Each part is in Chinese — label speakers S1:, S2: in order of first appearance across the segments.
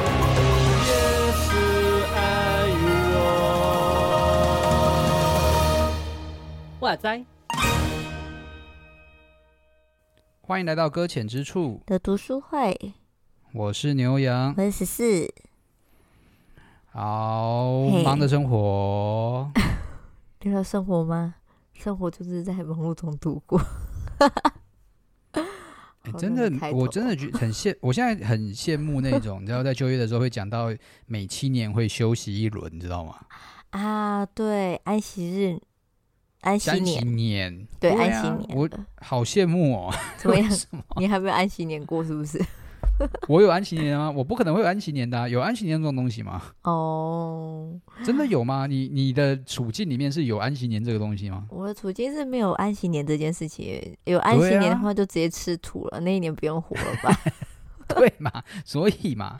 S1: 也是爱我。哇塞！
S2: 欢迎来到搁浅之处，
S3: 的读书会，
S2: 我是牛 羊。
S3: 我是十四，
S2: 好
S3: 嘿
S2: 忙的生活，
S3: 聊聊生活吗？生活就是在忙碌中度过。
S2: 哎
S3: 好
S2: 真
S3: 那
S2: 的
S3: 你开，头
S2: 我真的觉很羡， 我现在很羡慕那种，你知道，在就业的时候会讲到每七年会休息一轮，你知道吗？
S3: 啊，对，安息日，安息
S2: 三
S3: 年，
S2: 年，
S3: 对，
S2: 啊
S3: 安息年
S2: 我
S3: 了
S2: 好羡慕哦。
S3: 怎 么样
S2: 为？什么
S3: 你还没有安息年过是不 是？
S2: 我有安息年吗？我不可能会有安息年的啊、有安息年这种东西吗？
S3: 哦，
S2: 真的有吗？你你的处境里面是有安息年这个东西 吗？
S3: 我的处境是没有安息年这件事情，有安息年
S2: 对
S3: 的
S2: 啊
S3: 话就直接吃土了，那一年不用活了 吧？
S2: 对嘛？所以嘛，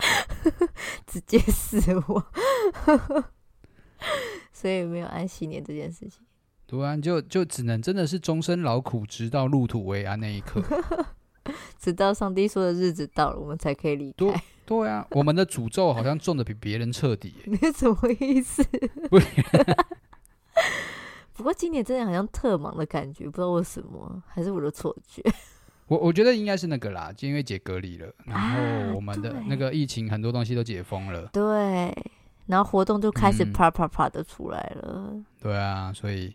S3: 直接死亡， 所以没有安息年这件事情。
S2: 读完就就只能真的是终身劳苦，直到入土为安那一刻。
S3: 直到上帝说的日子到了，我们才可以离
S2: 对
S3: 开。
S2: 对 啊，我们的诅咒好像中的比别人彻底耶。
S3: 你什么意思？
S2: 不
S3: 不过今年真的好像特忙的感觉，不知道为什么，还是我的错觉。
S2: 我我觉得应该是那个啦，就因为解隔离了，然
S3: 啊
S2: 后我们的
S3: 对
S2: 那个疫情很多东西都解封了，
S3: 对，然后活动就开始
S2: 嗯
S3: 啪啪啪的出来了，
S2: 对啊，所以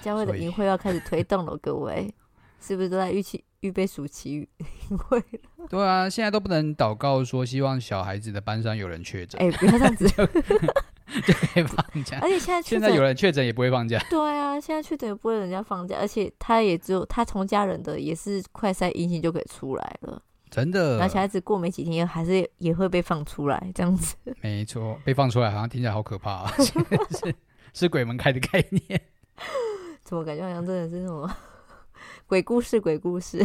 S3: 教会的
S2: 所以
S3: 营会要开始推动了，各 位是不是都在预期预备暑 期营会？
S2: 对啊，现在都不能祷告说希望小孩子的班上有人确诊，
S3: 哎、不要这样 子，
S2: 就可以放假。
S3: 而且现在确
S2: 现在有
S3: 诊，
S2: 人确诊也不会放假，
S3: 对啊，现在确诊也不会人家放假，而且他也只有他从家人的也是快筛阴性就可以出来了，
S2: 真的
S3: 然后。小孩子过没几天也还是也会被放出来这样子。
S2: 没错，被放出来好像听起来好可怕、 啊，是是是鬼门开的概念。
S3: 怎么感觉好像真的是什么 鬼故事？鬼故事，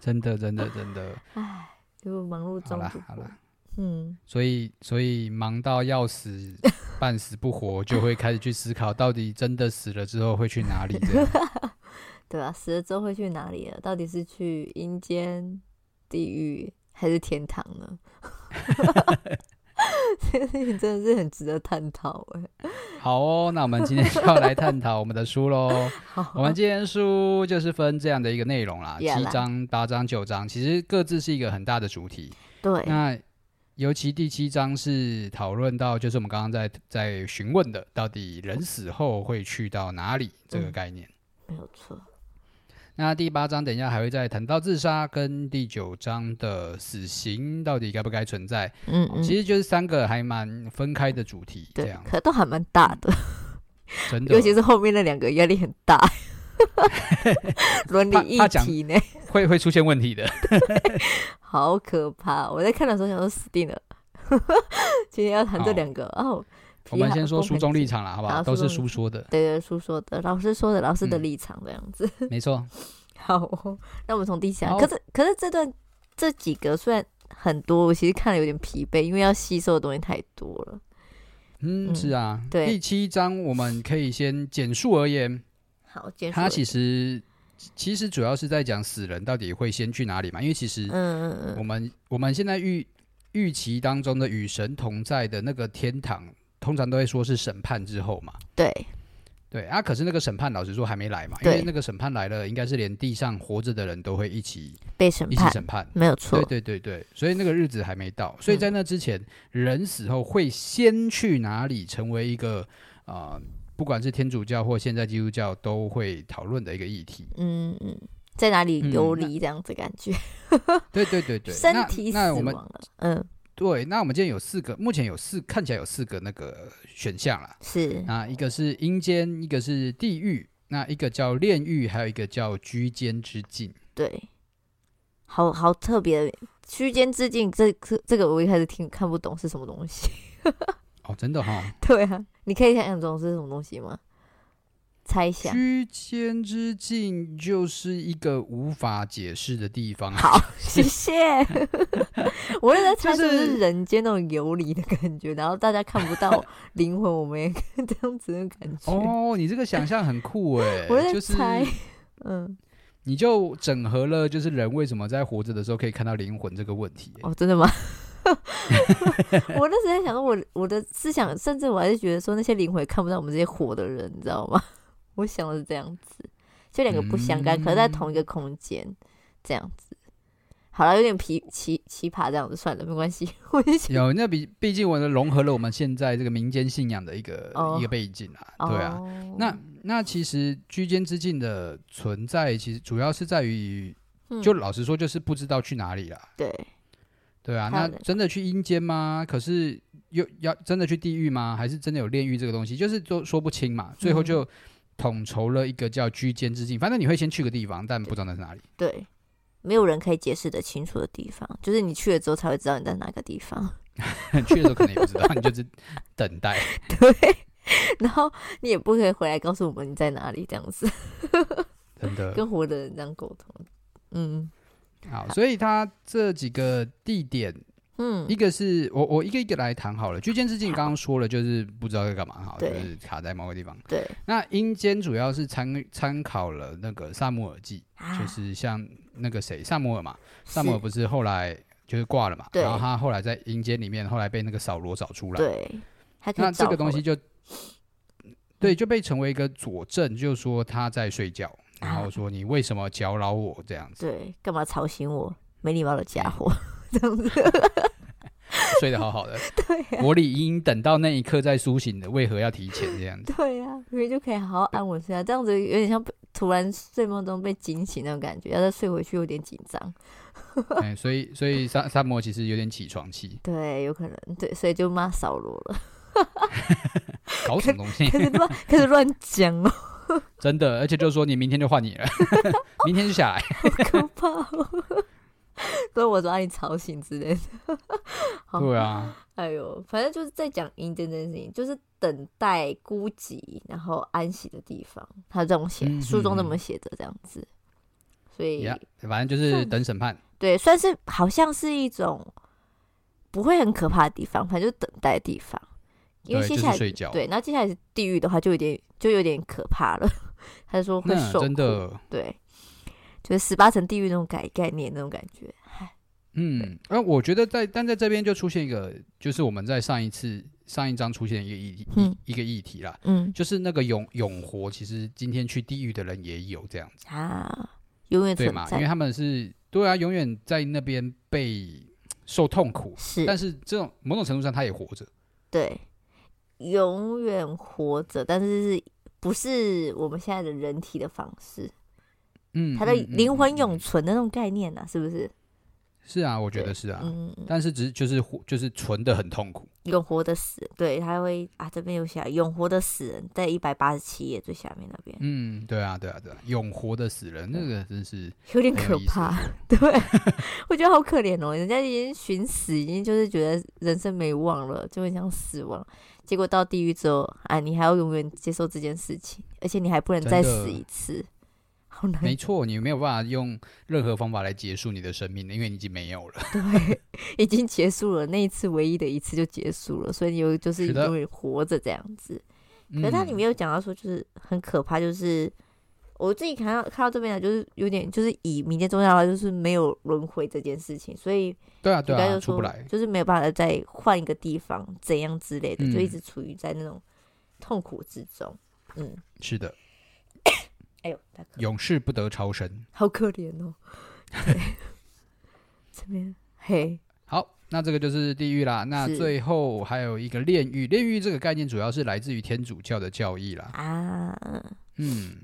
S2: 真的，真的，真 的。
S3: 唉，就忙碌
S2: 好
S3: 中
S2: 啦
S3: 度，
S2: 好
S3: 过
S2: 啦。
S3: 嗯，
S2: 所以，所以忙到要死，半死不活，就会开始去思考，到底真的死了之后会去哪里？这样
S3: 对啊，死了之后会去哪里了？到底是去阴间、地狱还是天堂呢？这件事情真的是很值得探讨哎。
S2: 好哦，那我们今天就要来探讨我们的书喽。
S3: 好，
S2: 我们今天书就是分这样的一个内容啦，
S3: Yeah
S2: 七
S3: 啦
S2: 章、八章、九章，其实各自是一个很大的主题。
S3: 对
S2: 那尤其第七章是讨论到，就是我们刚刚在在询问的，到底人死后会去到哪里这个
S3: 嗯
S2: 概念。
S3: 没有错，
S2: 那第八章等一下还会再谈到自杀，跟第九章的死刑到底该不该存在，
S3: 嗯
S2: 哦
S3: 嗯，
S2: 其实就是三个还蛮分开的主题，这
S3: 对
S2: 样，嗯
S3: 可都还蛮大的，
S2: 真的
S3: 尤其是后面那两个压力很 大。伦理
S2: 怕
S3: 议
S2: 怕讲
S3: 题呢，
S2: 会会出现问 题的。
S3: 好可怕！我在看的时候想说死定了， 今天要谈这
S2: 好
S3: 两个哦。
S2: 我们
S3: 皮亚
S2: 先说
S3: 公
S2: 书
S3: 平
S2: 中立
S3: 竞
S2: 场啦，好不
S3: 好
S2: 好？都
S3: 书
S2: 是
S3: 中
S2: 书
S3: 立
S2: 说 的，
S3: 对对，书说的，老师说的，老师的
S2: 嗯
S3: 立场这样子。
S2: 没错。
S3: 好哦，那我们从第三，
S2: 好
S3: 可是可是这段这几个虽然很多，我其实看了有点疲惫，因为要吸收的东西太多了。
S2: 嗯，
S3: 嗯
S2: 是啊。
S3: 对
S2: 第七章我们可以先简述而言，
S3: 好，结束了。
S2: 他其实其实主要是在讲死人到底会先去哪里嘛，因为其实
S3: 嗯嗯
S2: 我
S3: 嗯，
S2: 们、我们现在预预期当中的与神同在的那个天堂，通常都会说是审判之后嘛。
S3: 对
S2: 对啊，可是那个审判老实说还没来嘛，因为
S3: 对
S2: 那个审判来了，应该是连地上活着的人都会一起
S3: 被审
S2: 一起
S3: 判
S2: 审判。
S3: 没有错嗯
S2: 对，对对对，所以那个日子还没到，所以在那之前，人死后会先去哪里，成为一个呃，不管是天主教或现在基督教都会讨论的一个议题。
S3: 嗯嗯，在哪里游
S2: 嗯那
S3: 离这样子感觉，
S2: 对对对对，
S3: 身
S2: 那
S3: 体死
S2: 那我
S3: 亡
S2: 们
S3: 了。嗯，
S2: 对，那我们今天有四个，目前有四看起来有四个那个选项啦。
S3: 是
S2: 那一个是阴间，一个是地狱，那一个叫炼狱，还有一个叫居间之境。
S3: 对，好好特别的区间之境，这这这个我一开始听看不懂是什么东西。 啊
S2: 哦，真的哈、
S3: 对啊，你可以想象中是什么东西吗？猜想。
S2: 居间之境就是一个无法解释的地方。啊
S3: 好，谢谢。 我也在猜，
S2: 就是
S3: 不是人间那种游离的感觉，然后大家看不 到灵魂，我们也 这样子的感觉。，
S2: 哦，你这个想象很酷哎
S3: 我在
S2: 就是
S3: 猜，嗯，
S2: 你就整合了，就是人为什么在活着的时候可以看到灵魂这个问题欸。
S3: 哦，真的 吗？我那时候在想说我，我的思想，甚至我还是觉得说，那些灵魂看不到我们这些活的人，你知道吗？ 我想的是这样子，就两个不相干，可是在同一个空间，这样子。好了，有点奇奇奇葩，这样子算了，没关系。 我就想，
S2: 有，那毕毕竟我们融合了我们现在这个民间信仰的一个、
S3: 哦
S2: 一个背景啊， 对啊。
S3: 哦
S2: 那那其实居间之境的存在，其实主要是在于，
S3: 嗯
S2: 就老实说，就是不知道去哪里啦。
S3: 对，
S2: 对啊，
S3: 还有
S2: 那
S3: 嘞
S2: 真的去阴间吗？可是又要真的去地狱吗？还是真的有炼狱这个东西？就是都说不清嘛。最后
S3: 嗯
S2: 就统筹了一个叫居间之境，反正你会先去个地方，但不知道那是哪里。
S3: 对，没有人可以解释得清楚的地方，就是你去了之后才会知道你在哪个地方，
S2: 去的时候可能也不知道，你就是等待。
S3: 然后你也不可以回来告诉我们你在哪里，这样子
S2: 真的
S3: 跟活的人这样沟通。嗯
S2: 好，所以它这几个地点，
S3: 嗯
S2: 一，个是我我一个一个来谈好了。居间之境刚刚说了，就是不知道在干嘛，好，就
S3: 对
S2: 是卡在某个地方。
S3: 对
S2: 那阴间主要是参参考了那个萨姆尔记，
S3: 啊
S2: 就是像那个谁萨姆尔嘛，萨姆尔不是后来就是挂了嘛，
S3: 对
S2: 然后他后来在阴间里面，后来被那个扫罗找出来，
S3: 对，还可以
S2: 那这
S3: 照
S2: 个东
S3: 顾
S2: 西就对就被成为一个佐证，就是说他在睡觉，然后说你为什么搅扰我这样子，
S3: 啊对，干嘛吵醒我？没礼貌的家伙，这样子。
S2: 睡得好好的，
S3: 对呀、
S2: 我理应等到那一刻再苏醒的，为何要提前这样子？
S3: 对呀、明明就可以好好安稳睡啊觉，这样子有点像被突然睡梦中被惊醒那种感觉，要再睡回去有点紧张。
S2: 哎，所以所以萨萨摩其实有点起床气，
S3: 对，有可能对，所以就骂扫罗了，
S2: 搞什么东西？
S3: 开始乱开始乱讲哦，
S2: 真的，而且就是说你明天就换你了， 明天就下来。
S3: 可怕、哦。 所以我说啊把你吵醒之类的。 好
S2: 对啊，
S3: 哎呦，反正就是在讲阴间这件事情，就是等待、孤寂，然后安息的地方。他这么写，
S2: 嗯
S3: 书中这
S2: 嗯
S3: 么写着，这样子。所以
S2: 呀，反正就是等审判。
S3: 对，算是好像是一种不会很可怕的地方，反正就是等待的地方。因为
S2: 对
S3: 接
S2: 就是
S3: 下来
S2: 睡觉
S3: 对，那接下来是地狱的话，就有点就有点可怕了。 他说会
S2: 那
S3: 受
S2: 真
S3: 苦，
S2: 的，
S3: 对，就是十八层地狱那种概概念那种感觉。唉
S2: 嗯，而我觉得在但在这边就出现一个，就是我们在上一次上一章出现一个议题
S3: 嗯
S2: 一个议题啦，
S3: 嗯
S2: 就是那个永永活，其实今天去地狱的人也有这样子，
S3: 啊，永远
S2: 对
S3: 存
S2: 嘛？因为
S3: 在
S2: 他们是对啊，永远在那边被受痛苦，
S3: 是，
S2: 但是这种某种程度上他也活着，
S3: 对，永远活着，但是是不是我们现在的人体的方式？
S2: 嗯，
S3: 他的
S2: 嗯嗯
S3: 灵魂
S2: 嗯
S3: 永
S2: 嗯
S3: 存的那种概念呐、啊，是不是？
S2: 是啊，我觉
S3: 对
S2: 得是啊，
S3: 嗯，
S2: 但是只是就是活就是存的很痛苦。
S3: 永活的死，对，他会啊，这边有写永活的死人，在一百八十七页最下面那边，
S2: 嗯，对啊，对啊，对啊，永活的死人，那个真是
S3: 有点
S2: 很
S3: 可
S2: 有哎意思
S3: 怕。对， 我觉得好可怜哦，人家已经寻死，已经就是觉得人生没望了，就很想死亡。结果到地狱之后啊，你还要永远接受这件事情，而且你还不能
S2: 真
S3: 再
S2: 的
S3: 死一次，好难
S2: 没错，你没有办法用任何方法来结束你的生命了，因为你已经没有了。
S3: 对，已经结束了，那一次唯一的一次就结束了，所以你有就是
S2: 是的
S3: 永远活着这样子。 可
S2: 嗯
S3: 是它里面有讲到说，就是很可怕，就是我自己看到看到这边来，就是有点就是以民间宗教的话，就是没有轮回这件事情，所以
S2: 对啊，对
S3: 应该
S2: 啊，
S3: 就
S2: 出
S3: 说
S2: 不来。
S3: 就是没有办法再换一个地方怎样之类的，就一
S2: 嗯
S3: 直处于在那种痛苦之中。嗯，
S2: 是的，
S3: 哎呦，大哥，
S2: 永世不得超生。
S3: 好可怜哦。对这边嘿，
S2: 好，那这个就是地狱啦。那
S3: 是
S2: 最后还有一个炼狱，炼狱这个概念主要是来自于天主教的教义啦。
S3: 啊，
S2: 嗯，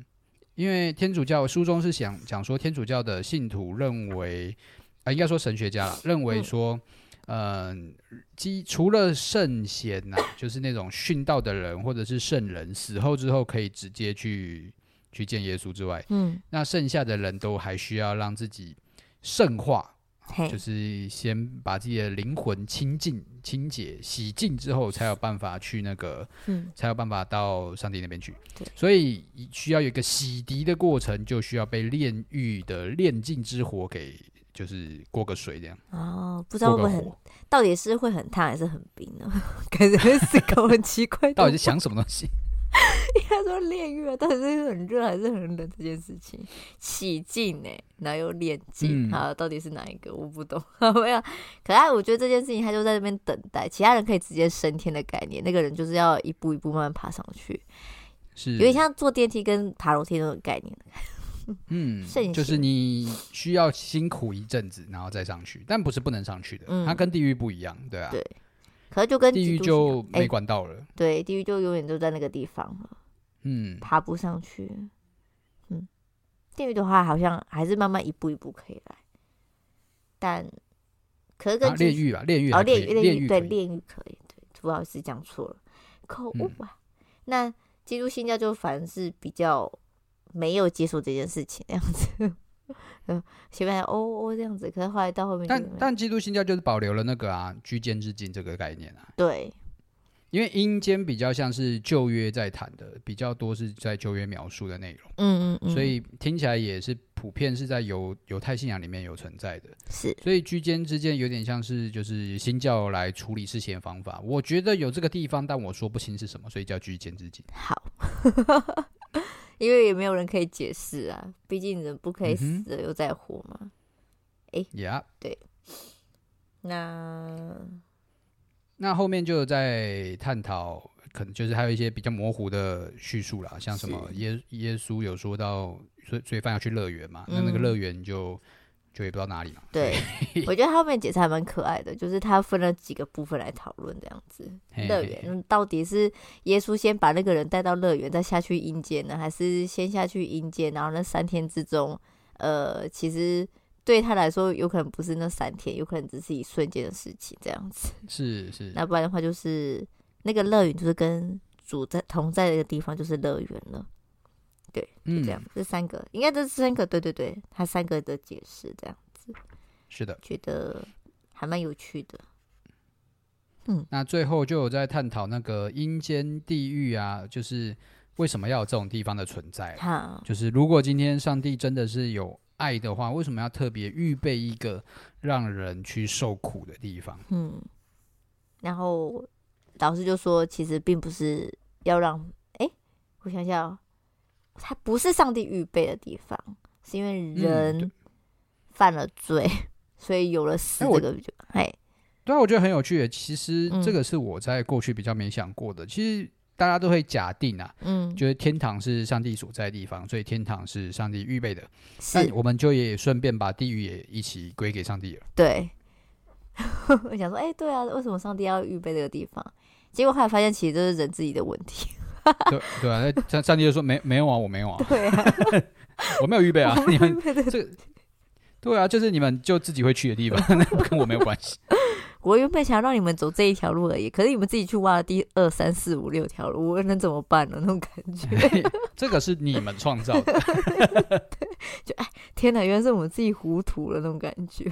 S2: 因为天主教书中是想讲说，天主教的信徒认为，啊、应该说神学家啦，认为说，嗯、基除了圣贤呐、 就是那种殉道的人或者是圣人，死后之后可以直接去去见耶稣之外，
S3: 嗯
S2: 那剩下的人都还需要让自己圣化。
S3: 嘿
S2: 就是先把自己的灵魂清净、清洁、洗净之后，才有办法去那个，
S3: 嗯，
S2: 才有办法到上帝那边去
S3: 对。
S2: 所以需要有一个洗涤的过程，就需要被炼狱的炼净之火给，就是过个水这样，
S3: 哦，不知道
S2: 过
S3: 会不
S2: 个
S3: 会很
S2: 火。，
S3: 到底是会很烫还是很冰呢？ 感觉在思考很奇怪的问题。
S2: 到底是想什么东西？
S3: 他说炼狱啊，到底是很热还是很冷这件事情，洗净哎、然后又炼净，
S2: 嗯
S3: 好，到底是哪一个我不懂， 没有。可他我觉得这件事情他就在那边等待，其他人可以直接升天的概念，那个人就是要一步一步慢慢爬上去，
S2: 是
S3: 有点像坐电梯跟爬楼梯那种概念。
S2: 嗯
S3: 慎行，
S2: 就是你需要辛苦一阵子，然后再上去，但不是不能上去的，
S3: 嗯
S2: 它跟地狱不一样，对啊，
S3: 对可是就跟
S2: 地
S3: 极
S2: 狱
S3: 度信仰
S2: 就
S3: 哎、
S2: 没管道了，
S3: 对，地狱就永远都在那个地方了，
S2: 嗯，
S3: 爬不上去。嗯，地狱的话好像还是慢慢一步一步可以来，但可是跟
S2: 啊，
S3: 基
S2: 炼狱吧，炼狱
S3: 哦，
S2: 还可
S3: 炼
S2: 以，
S3: 狱
S2: 炼
S3: 狱
S2: 狱
S3: 对
S2: 可以
S3: 炼狱可以，对，主要是讲错了，口误
S2: 嗯
S3: 啊。那基督新教就反而是比较没有接受这件事情那样子， 嗯，前面还哦哦这样子，可是后来到后面就没
S2: 但
S3: 有，
S2: 但基督新教就是保留了那个啊居间致敬这个概念啊，
S3: 对，
S2: 因为阴间比较像是旧约在谈的，比较多是在旧约描述的内容，
S3: 嗯嗯嗯，
S2: 所以听起来也是普遍是在犹犹太信仰里面有存在的，
S3: 是
S2: 所以居间之间有点像是就是新教来处理事情的方法，我觉得有这个地方，但我说不清是什么，所以叫居间之境。
S3: 好，因为也没有人可以解释啊，毕竟人不可以
S2: 嗯哼
S3: 死了又再活嘛。
S2: Yeah，
S3: 那
S2: 那后面就有在探讨，可能就是还有一些比较模糊的叙述啦，像什么
S3: 是
S2: 耶耶稣有说到罪罪犯要去乐园嘛，那
S3: 嗯
S2: 那个乐园就就也不知道哪里嘛。
S3: 对，我觉得他后面解释还蛮可爱的，就是他分了几个部分来讨论这样子。
S2: 嘿
S3: 乐
S2: 嘿
S3: 园
S2: 嘿
S3: 嗯到底是耶稣先把那个人带到乐园，再下去阴间呢，还是先下去阴间？然后那三天之中，呃，其实对他来说，有可能不是那三天，有可能只是一瞬间的事情这样子。
S2: 是是，
S3: 那不然的话，就是那个乐园就是跟主在同在的一个地方，就是乐园了。就
S2: 嗯
S3: 这，样，这三个应该这三个，对对对，他三个的解释这样，
S2: 是的。
S3: 觉得还蛮有趣的。
S2: 那最后就有在探讨那个阴间地狱啊，就是为什么要有这种地方的存在啦
S3: 哈，
S2: 就是如果今天上帝真的是有爱的话，为什么要特别预备一个让人去受苦的地方？
S3: 嗯，然后老师就说，其实并不是要让，哎、我想想哦，它不是上帝预备的地方，是因为人
S2: 嗯对
S3: 犯了罪， 所以有了死
S2: 哎我
S3: 这个就，哎，
S2: 对啊，我觉得很有趣耶。其实
S3: 嗯
S2: 这个是我在过去比较没想过的。其实大家都会假定啊，
S3: 嗯，
S2: 觉得天堂是上帝所在的地方，所以天堂是上帝预备的。但
S3: 是
S2: 我们就也顺便把地狱也一起归给上帝了。
S3: 对。 我想说，哎、对啊，为什么上帝要预备这个地方？结果后来发现，其实这是人自己的问题。
S2: 对对啊，那上上帝就说没没有啊，我没有啊，
S3: 对啊，
S2: 我没有预备 啊，你们
S3: 对对对
S2: 这个对啊，就是你们就自己会去的地方，那 跟我没有关 系。
S3: 我原本想让你们走这一条路而已，可是你们自己去挖了第二、三、四、五、六条路，我能怎么办呢？那种感觉，
S2: 这个是你们创造的，
S3: 天哪，原来是我们自己糊涂了那种感觉，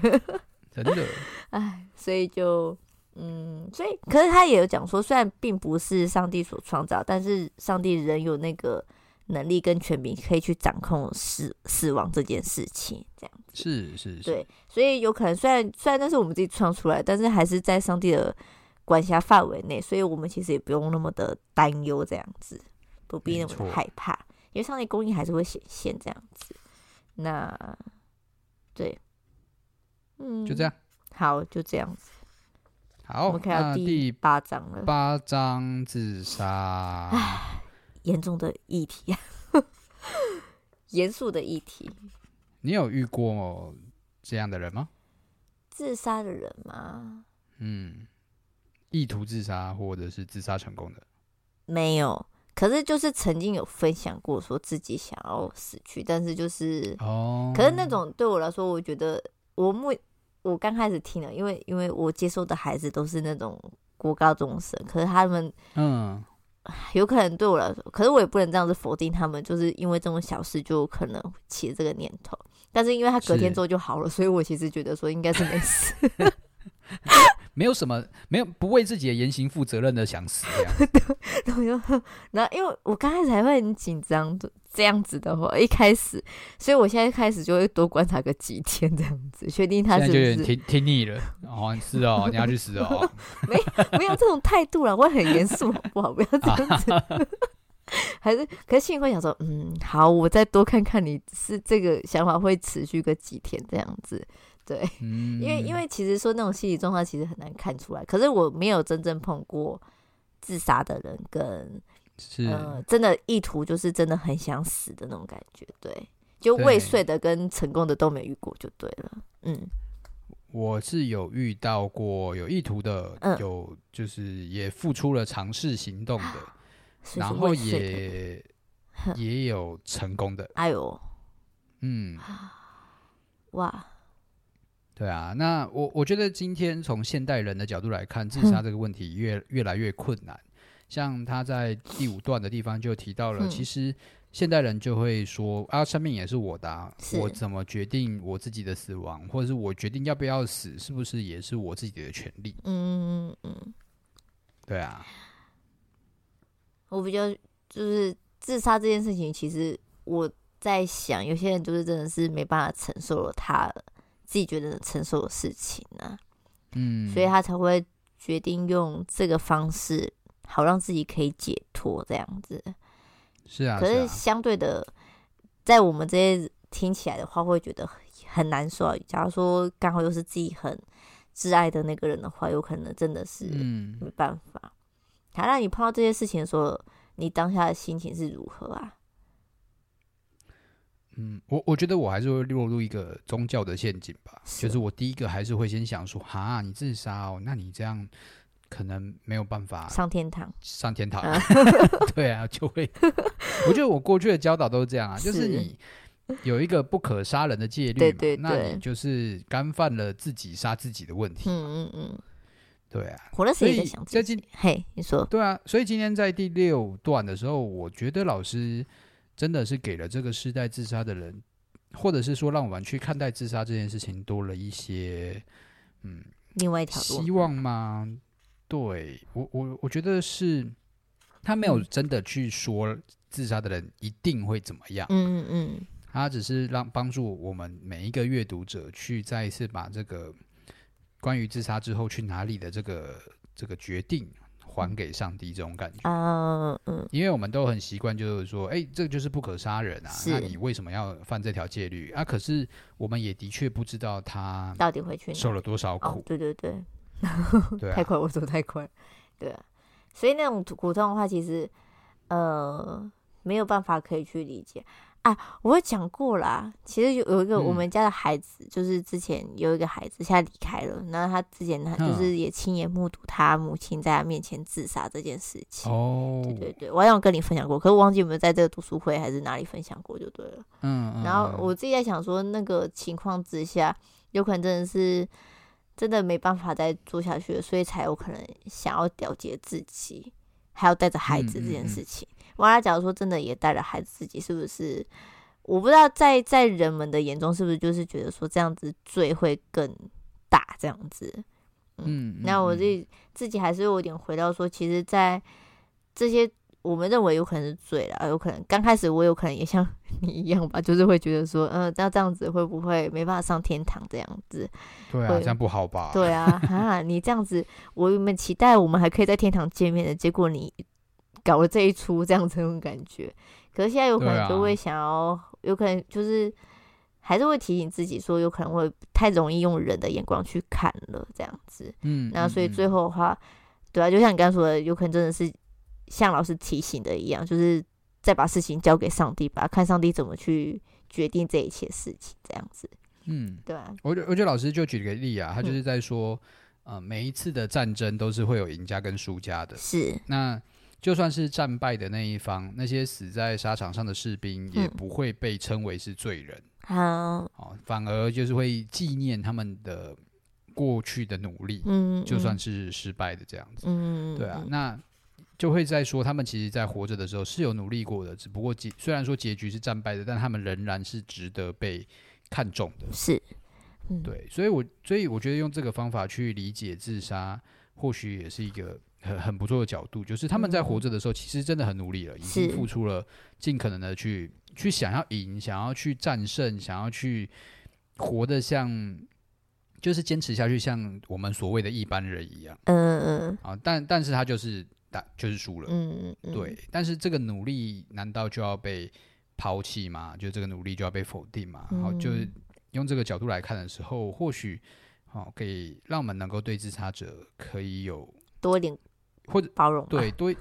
S2: 真的。
S3: 唉，所以就，嗯，所以，可是他也有讲说，虽然并不是上帝所创造，但是上帝仍有那个能力跟权柄，可以去掌控死死亡这件事情，这样。
S2: 是是是，
S3: 对，所以有可能虽然虽然那是我们自己创出来，但是还是在上帝的管辖范围内，所以我们其实也不用那么的担忧这样子，不
S2: 没
S3: 必那么的
S2: 错
S3: 害怕，因为上帝供应还是会显现这样子。那对，嗯，
S2: 就这样。。
S3: 好，就这样子。我
S2: 好
S3: 们，看到
S2: 那
S3: 第
S2: 第
S3: 八章了，
S2: 八章自杀，
S3: 严重的议题， 严肃的议题，
S2: 你有遇过这样的人吗？
S3: 自杀的人吗？
S2: 嗯，意图自杀或者是自杀成功的，
S3: 没有，可是就是曾经有分享过，说自己想要死去，但是就是，
S2: 哦，
S3: 可是那种对我来说，我觉得我目我刚开始听了，因为因为我接受的孩子都是那种国高中生，可是他们
S2: 嗯，
S3: 有可能对我来说，可是我也不能这样子否定他们，就是因为这种小事就可能起了这个念头。但是因为他隔天
S2: 是
S3: 之后就好了，所以我其实觉得说应该是没事。
S2: 没有什么，没有不为自己的言行负责任的想死这样。
S3: 然后我就， 然后因为我刚开始还会很紧张，这样子的话，一开始，所以我现在开始就会多观察个几天这样子，确定 他
S2: 现在
S3: 是不
S2: 就有
S3: 是
S2: 点听听腻了，哦，是哦，你要去死 哦，
S3: 没有这种态度啦，我会很严肃，好不好？不要这样子。 还是，可是心里会想说，嗯，好，我再多看看你是这个想法会持续个几天这样子，对，
S2: 嗯，
S3: 因为因为其实说那种心理状况其实很难看出来，可是我没有真正碰过自杀的人跟
S2: 是
S3: 呃真的意图就是真的很想死的那种感觉，对，就未
S2: 对
S3: 遂的跟成功的都没遇过就对了，嗯，
S2: 我是有遇到过有意图的，
S3: 嗯
S2: 有就是也付出了尝试行动的，
S3: 所以
S2: 然
S3: 啊是
S2: 后
S3: 未遂的，
S2: 也
S3: 哼
S2: 也有成功的，
S3: 哎呦，
S2: 嗯，
S3: 啊哇，
S2: 对啊，那我我觉得今天从现代人的角度来看，自杀这个问题
S3: 嗯
S2: 越越来越困难。像他在第五段的地方就提到了，
S3: 嗯
S2: 其实现代人就会说啊，生命也是我的、啊，
S3: 是
S2: 我怎么决定我自己的死亡，或者是我决定要不要死，是不是也是我自己的权利？
S3: 嗯嗯嗯。
S2: 对啊，
S3: 我比较就是自杀这件事情，其实我在想，有些人就是真的是没办法承受了他自己觉得能承受的事情啊，
S2: 嗯，
S3: 所以他才会决定用这个方式，好让自己可以解脱这样子。
S2: 是啊，
S3: 可
S2: 是
S3: 是
S2: 啊，
S3: 相对的，在我们这些听起来的话，会觉得很很难受啊。假如说刚好又是自己很挚爱的那个人的话，有可能真的是
S2: 嗯，
S3: 没办法。好，那你碰到这些事情的时候，你当下的心情是如何啊？
S2: 嗯，我我觉得我还是会落入一个宗教的陷阱吧，
S3: 是
S2: 就是我第一个还是会先想说，哈，你自杀哦，那你这样可能没有办法
S3: 上天堂，
S2: 上天堂。
S3: 啊
S2: 对啊，就 会，我觉得我过去的教导都是这样啊，就是
S3: 是
S2: 你有一个不可杀人的戒律嘛，
S3: 对对
S2: 那
S3: 对
S2: 你就是干犯了自己杀自己的问题，
S3: 嗯嗯嗯，
S2: 对啊。
S3: 我那时
S2: 所
S3: 候也
S2: 以
S3: 在想
S2: 在
S3: 自己，
S2: 今
S3: 嘿，你说，
S2: 对啊，所以今天在第六段的时候，我觉得老师真的是给了这个世代自杀的人，或者是说让我们去看待自杀这件事情多了一些嗯
S3: 另外一条路，
S2: 希望吗？对我我我觉得是，他没有
S3: 嗯
S2: 真的去说自杀的人一定会怎么样，
S3: 嗯嗯嗯，
S2: 他只是让帮助我们每一个阅读者去再一次把这个关于自杀之后去哪里的这个这个决定还给上帝这种感觉。
S3: 啊嗯
S2: 因为我们都很习惯，就是说，哎，这个就是不可杀人啊，
S3: 是
S2: 那你为什么要犯这条戒律啊？可是我们也的确不知道他
S3: 到底会去哪？
S2: 受了多少
S3: 哦
S2: 苦，，
S3: 对对对，
S2: 对
S3: 太
S2: 啊，
S3: 快，我走太快，对啊，所以那种苦痛的话，其实呃没有办法可以去理解啊。我有讲过啦，其实有有一个
S2: 嗯
S3: 我们家的孩子，就是之前有一个孩子现在离开了，那他之前他
S2: 嗯
S3: 就是也亲眼目睹他母亲在他面前自杀这件事情。
S2: 哦，
S3: 对对对，我好像有跟你分享过，可是我忘记有没有在这个读书会还是哪里分享过就对了。
S2: 嗯，嗯
S3: 然后我自己在想说，那个情况之下，有可能真的是真的没办法再做下去了，所以才有可能想要了结自己，还要带着孩
S2: 嗯
S3: 子
S2: 嗯
S3: 这件
S2: 嗯
S3: 事情。完了、假如说真的也带了孩子自己，是不是？我不知道在在人们的眼中，是不是就是觉得说这样子罪会更大这样子？
S2: 嗯，嗯
S3: 那我
S2: 嗯
S3: 自己自己还是有点回到说，其实，在这些我们认为有可能是罪了，有可能刚开始我有可能也像 你一样吧，就是会觉得说，嗯、那这样子会不会没办法上天堂这样子？
S2: 对啊，
S3: 会
S2: 这样不好吧？
S3: 对啊， 哈，你这样子，我原本期待我们还可以在天堂见面的，结果你搞了这一出，这样子那种感觉。可是现在有可
S2: 对啊
S3: 能就会想要，有可能就是还是会提醒自己说，有可能会太容易用人的眼光去看了这样子。
S2: 嗯，嗯，
S3: 那所以
S2: 嗯
S3: 最后的话，对啊，就像你刚刚说的，有可能真的是像老师提醒的一样，就是再把事情交给上帝吧，看上帝怎么去决定这一切事情，这样子，
S2: 嗯，
S3: 对啊，
S2: 我觉得我觉得老师就举了个例啊，他
S3: 嗯
S2: 就是在说，呃，每一次的战争都是会有赢家跟输家的，
S3: 是，
S2: 那就算是战败的那一方，那些死在沙场上的士兵也
S3: 嗯
S2: 不会被称为是罪人。
S3: 好，
S2: 哦，反而就是会纪念他们的过去的努力，
S3: 嗯，
S2: 就算
S3: 嗯，
S2: 是失败的这样子。
S3: 嗯，
S2: 对啊，
S3: 嗯，
S2: 那就会在说他们其实，在活着的时候是有努力过的，只不过结虽然说结局是战败的，但他们仍然是值得被看重的。
S3: 是，嗯，
S2: 对，所以我所以我觉得用这个方法去理解自杀，或许也是一个很很不错的角度，就是他们在活着的时候，其实真的很努力了，已经
S3: 嗯是
S2: 付出了尽可能的去去想要赢，想要去战胜，想要去活得像，就是坚持下去，像我们所谓的一般人一样
S3: 嗯嗯
S2: 啊。但但是他就是打就是输了，
S3: 嗯嗯，
S2: 对，但是这个努力难道就要被抛弃吗？就这个努力就要被否定吗？好，就是
S3: 嗯
S2: 用这个角度来看的时候，或许好、可以让我们能够对自杀者可以有
S3: 多一点
S2: 或者
S3: 包容吧，
S2: 对对，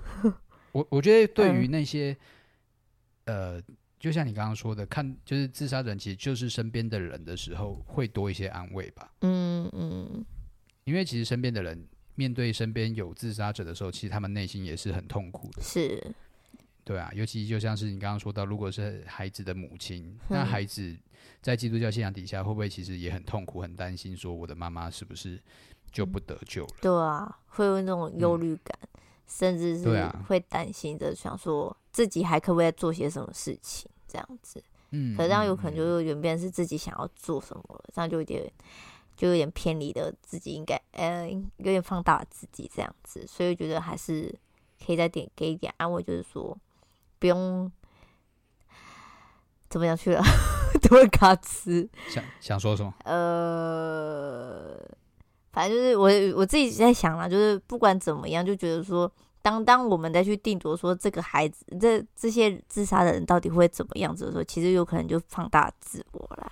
S2: 我我觉得对于
S3: 嗯
S2: 那些、呃，就像你刚刚说的，看就是自杀人其实就是身边的人的时候，会多一些安慰吧，
S3: 嗯嗯
S2: 因为其实身边的人。面对身边有自杀者的时候，其实他们内心也是很痛苦的。
S3: 是，
S2: 对啊，尤其就像是你刚刚说到，如果是孩子的母亲，那
S3: 嗯
S2: 孩子在基督教信仰底下，会不会其实也很痛苦、很担心，说我的妈妈是不是就不得救了？
S3: 对啊，会有那种忧虑感，甚至
S2: 嗯对
S3: 是
S2: 啊
S3: 会担心着想说自己还可不可以做些什么事情这样子，
S2: 嗯，
S3: 可是这样有可能
S2: 嗯
S3: 就原本是自己想要做什么了，这样就有点就有点偏离了自己应该呃有点放大了自己这样子，所以我觉得还是可以再点给一点安慰，就是说不用怎么样去了， 都会卡词。
S2: 嗯想想说什么？
S3: 呃，反正就是我我自己在想啦，就是不管怎么样，就觉得说，当当我们再去定夺说这个孩子，这这些自杀的人到底会怎么样子的时候，其实有可能就放大自我啦。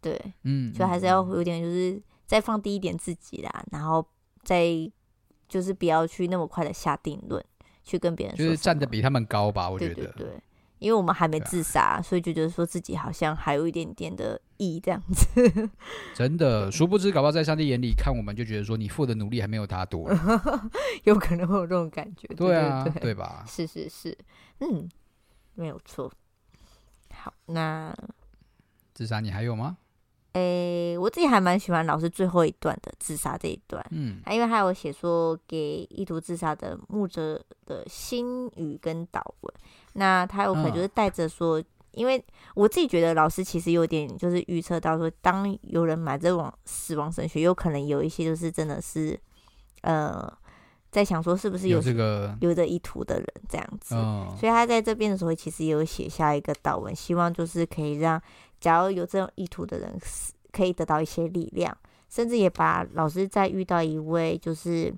S3: 对，
S2: 嗯，
S3: 就还是
S2: 嗯
S3: 要
S2: 嗯
S3: 有点就是再放低一点自己啦，然后再就是不要去那么快的下定论，去跟别人
S2: 就
S3: 说
S2: 是
S3: 什
S2: 站得
S3: 么
S2: 比他们高吧，我觉
S3: 啊对
S2: 得。
S3: 对对，因为我们还没
S2: 对啊
S3: 自杀，所以就觉得说自己好像还有一点点的意这样子。
S2: 真的，殊不知，搞不好在上帝眼里看我们，就觉得说你付的努力还没有他多了。
S3: 有可能会有这种感觉。对
S2: 对啊，
S3: 嗯对，
S2: 对吧？
S3: 是是是，嗯，没有错。好，那
S2: 自杀你还有吗？
S3: 诶、我自己还蛮喜欢老师最后一段的自杀这一段，
S2: 嗯，
S3: 啊，因为他有写说给意图自杀的牧者的心语跟祷文，那他有可能就是带着说。因为我自己觉得老师其实有点就是预测到说，当有人买这种死亡神学，有可能有一些就是真的是，呃，在想说是不是
S2: 有
S3: 有
S2: 这个，
S3: 留着意图的人这样子。
S2: 嗯
S3: 所以他在这边的时候，其实也有写下一个祷文，希望就是可以让假如有这种意图的人，是可以得到一些力量，甚至也把老师在遇到一位就是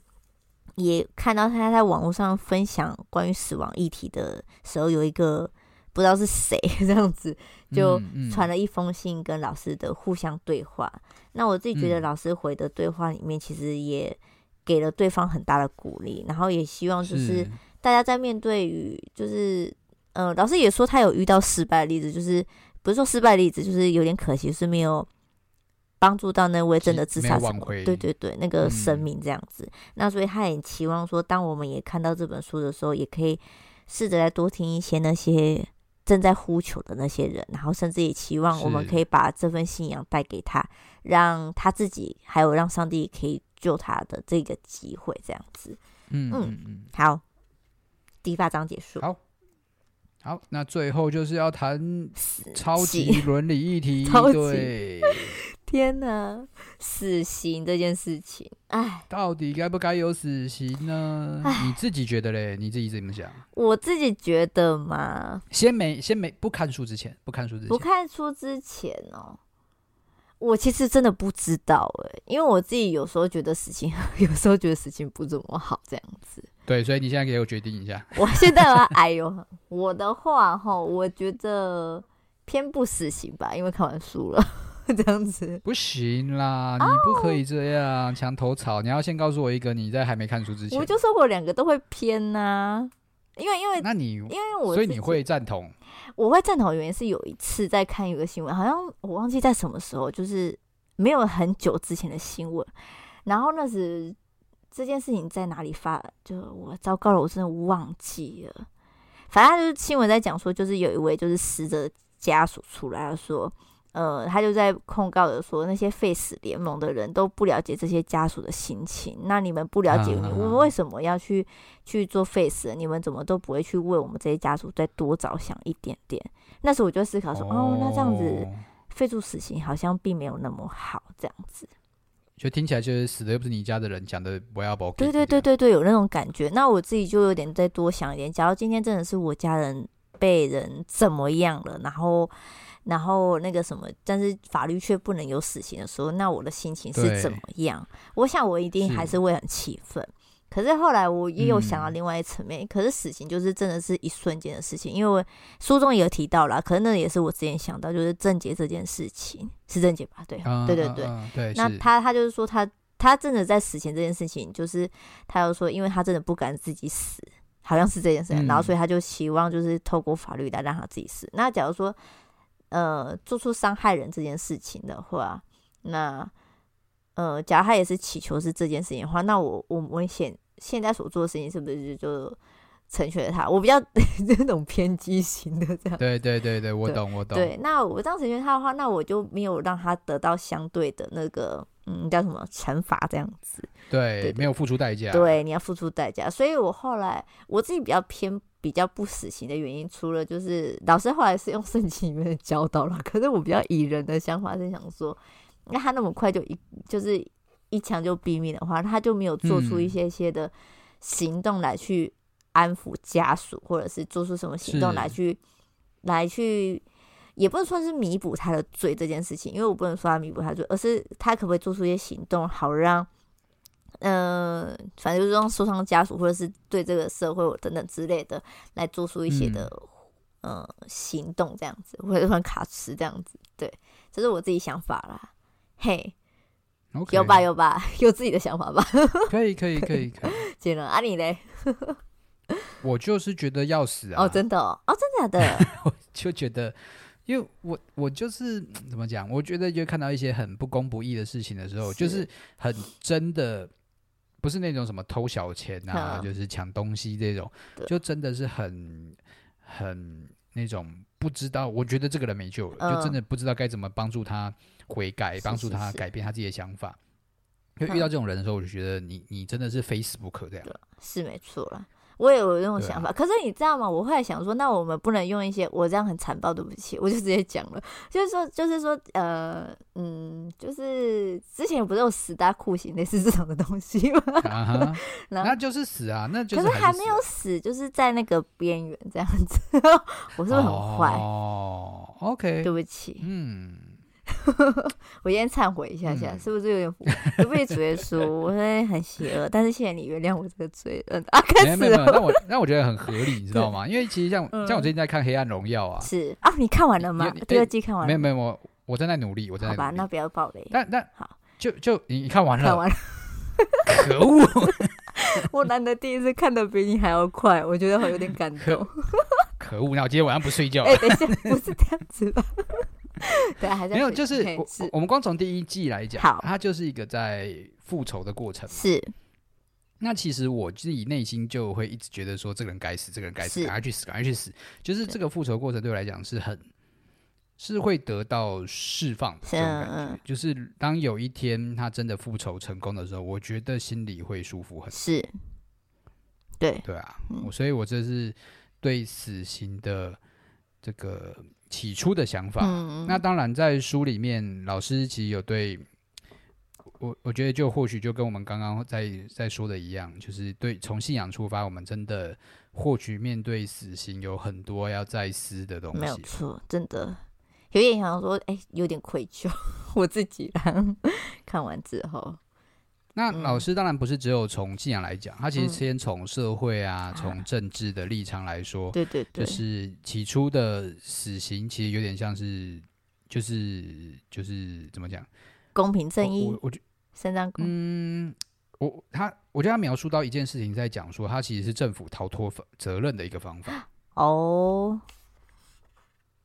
S3: 也看到他在网络上分享关于死亡议题的时候，有一个不知道是谁 这样子，就
S2: 嗯
S3: 传了一封信跟老师的互相对话。那我自己觉得
S2: 嗯
S3: 老师回的对话里面，其实也给了对方很大的鼓励，然后也希望就是
S2: 是
S3: 大家在面对于就是，嗯、老师也说他有遇到失败的例子，就是不是说失败的例子，就是有点可惜，是没有帮助到那位真的自
S2: 没
S3: 杀
S2: 有
S3: 者
S2: 挽，回
S3: 对对对，那个
S2: 嗯
S3: 生命这样子。那所以他也期望说，当我们也看到这本书的时候，也可以试着来多听一些那些。正在呼求的那些人，然后甚至也期望我们
S2: 是
S3: 可以把这份信仰带给他，让他自己还有让上帝可以救他的这个机会，这样子。
S2: 嗯
S3: 嗯
S2: 嗯嗯。
S3: 好，第八章结束。
S2: 好好，那最后就是要谈
S3: 死
S2: 超级
S3: 刑
S2: 伦理议题，
S3: 超级
S2: 对，
S3: 天哪，死刑这件事情，哎，
S2: 到底该不该有死刑呢？你自己觉得嘞？你自己怎么想？
S3: 我自己觉得嘛，
S2: 先没先没不看书之前，不看书之
S3: 不
S2: 前，
S3: 看书之前哦，我其实真的不知道哎，因为我自己有时候觉得死刑， 有时候觉得死刑不怎么好这样 子。
S2: 对，所以你现在给我决定一下，
S3: 我现在我要哎呦，我的话哈，我觉得偏不死刑吧，因为看完书了 这样子。
S2: 不行啦，
S3: 哦
S2: 你不可以这样墙头草，你要先告诉我一个你在还没看书之前
S3: 我，就说我两个都会偏呐、因为因为
S2: 那你
S3: 因为我
S2: 所以
S3: 自
S2: 你
S3: 己
S2: 会赞同？
S3: 我会赞同的原因是有一次在看一个新闻，好像我忘记在什么时候，就是没有很久之前的新闻。然后那时这件事情在哪里发，就我糟糕了，我真的忘记了。反正就是新闻在讲说，就是有一位就是死者家属出来了说，呃，他就在控告的说，那些废死联盟的人都不了解这些家属的心情。那你们不了解，
S2: 啊啊啊
S3: 我们为什么要去去做废死？你们怎么都不会去哦为我们这些家属再多着想一点点？那时候我就思考说，哦，那这样子，废除死刑好像并没有那么好，这样子。
S2: 就听起来就是死的又不是你家的人，讲的我要保。
S3: 对对对对对，有那种感觉。那我自己就有点再多想一点，假如今天真的是我家人被人怎么样了，然后然后那个什么，但是法律却不能有死刑的时候，那我的心情是怎么样？我想我一定还是会嗯很气愤。可是后来我也有想到另外一层面，可是死刑就是真的是一瞬间的事情，因为我书中也有提到啦，可是那也是我之前想到，就是郑杰这件事情是郑杰吧？对，
S2: 啊
S3: 对对对。
S2: 啊啊对，
S3: 那
S2: 是
S3: 他他就是说他他真的在死前这件事情，就是他又说，因为他真的不敢自己死，好像是这件事情，
S2: 嗯
S3: 然后所以他就希望就是透过法律来让他自己死。那假如说呃做出伤害人这件事情的话，那呃假如他也是祈求是这件事情的话，那我我我现现在所做的事情是不是就就成全了他？我比较 那种偏激型的这样。
S2: 对对对对，我懂我懂。
S3: 对，那我这样成全他的话，那我就没有让他得到相对的那个，嗯，叫什么惩罚这样子。
S2: 对
S3: 对对
S2: 没有付出代价。
S3: 对，你要付出代价。所以我后来我自己比较偏比较不死刑的原因，除了就是老师后来是用圣经里面的教导了，可是我比较以人的想法是想说，那他那么快就一就是一枪就毙命的话，他就没有做出一
S2: 嗯
S3: 些些的行动来去安抚家属，或者是做出什么行动
S2: 是
S3: 来去来去。也不能说是弥补他的罪这件事情，因为我不能说他弥补他的罪，而是他可不可以做出一些行动，好让嗯，反正就是让受伤家属或者是对这个社会等等之类的，来做出一些的、
S2: 嗯
S3: 呃行动，这样子，或者换卡池这样子，对，这是我自己想法啦。嘿，
S2: OK，
S3: 有吧有吧， 有自己的想法吧，
S2: 可以可以可以可以。
S3: 杰伦啊你嘞？
S2: 我就是觉得要死啊！
S3: 哦，真的哦，哦，真的假的？
S2: 就觉得，因为我我就是嗯怎么讲，我觉得就看到一些很不公不义的事情的时候，就是
S3: 是
S2: 很真的，不是那种什么偷小钱啊，
S3: 嗯
S2: 就是抢东西这种，
S3: 对
S2: 就真的是很很那种不知道，我觉得这个人没救了，
S3: 嗯
S2: 就真的不知道该怎么帮助他悔改，
S3: 是
S2: 帮助
S3: 是
S2: 他
S3: 是嗯
S2: 改变他自己的想法。就遇到这种人的时候，我就觉得你你真的是非死不可 这样。
S3: 是没错啦。我也有这种
S2: 对啊
S3: 想法，可是你知道吗？我后来想说，那我们不能用一些我这样很残暴，对不起，我就直接讲了，就是说，就是说，呃，嗯，就是之前不是有十大酷刑类似这种的东西吗？
S2: 啊哈，
S3: 然
S2: 那就是死啊，那 就
S3: 可是还
S2: 是
S3: 没
S2: 死
S3: 有死，就是在那个边缘这样子， 我是不是很坏？
S2: 哦，OK，
S3: 对不起，
S2: 嗯，
S3: 我先忏悔一下下，
S2: 嗯
S3: 是不是有点 不对不起主耶稣，我真的很邪恶，但是谢谢你原谅我这个罪恶啊！
S2: 没
S3: 开
S2: 有
S3: 始
S2: 没有，没有
S3: 了，嗯
S2: 让我让我觉得很合理，你知道吗？因为其实像像我最近在看《黑暗荣耀》啊，
S3: 是啊，你看完了吗
S2: 你？你
S3: 第二季看完
S2: 没有
S3: 了
S2: 没
S3: 吗？
S2: 有，我我正在努力，我正
S3: 好吧，
S2: 在努
S3: 那
S2: 力。
S3: 不要暴雷。
S2: 但但
S3: 好
S2: 就就你你看完
S3: 看
S2: 了，
S3: 完了，
S2: 可恶
S3: 我难得第一次看的比你还要快，我觉得好有点感 动。
S2: 可恶！那我今天晚上不睡觉
S3: 哎、。等一下，不是这样子吧？ 对，啊还在
S2: 没有，
S3: 回
S2: 就是
S3: 嘿
S2: 我
S3: 是
S2: 我们光从第一季来讲
S3: 好，
S2: 它就是一个在复仇的过程嘛。
S3: 是
S2: 那其实我自己内心就会一直觉得说，这个人该死，这个人该死，
S3: 是
S2: 赶快去死，赶快去死。就是
S3: 对
S2: 这个复仇过程对我来讲是很是会得到释放的这
S3: 是
S2: 种感觉。
S3: 嗯嗯
S2: 就是当有一天他真的复仇成功的时候，我觉得心里会舒服很多。
S3: 是，对，
S2: 对啊，
S3: 嗯
S2: 我所以，我这是对死刑的这个起初的想法。
S3: 嗯，
S2: 那当然，在书里面，老师其实有对我，我觉得就或许就跟我们刚刚在在说的一样，就是对从信仰出发，我们真的或许面对死刑有很多要再思的东
S3: 没有
S2: 西。
S3: 错，真的有点想说，哎、有点愧疚我自己啦。 看完之后，
S2: 那
S3: 嗯
S2: 老师当然不是只有从信仰来讲，他其实
S3: 嗯
S2: 先从社会啊，
S3: 啊
S2: 从政治的立场来说，
S3: 对对
S2: 就
S3: 对，
S2: 是起初的死刑其实有点像是，就是就是怎么讲？
S3: 公平正
S2: 我
S3: 义
S2: 我，我觉
S3: 伸张公、
S2: 嗯，我他我觉得他描述到一件事情，在讲说他其实是政府逃脱责任的一个方法。
S3: 哦。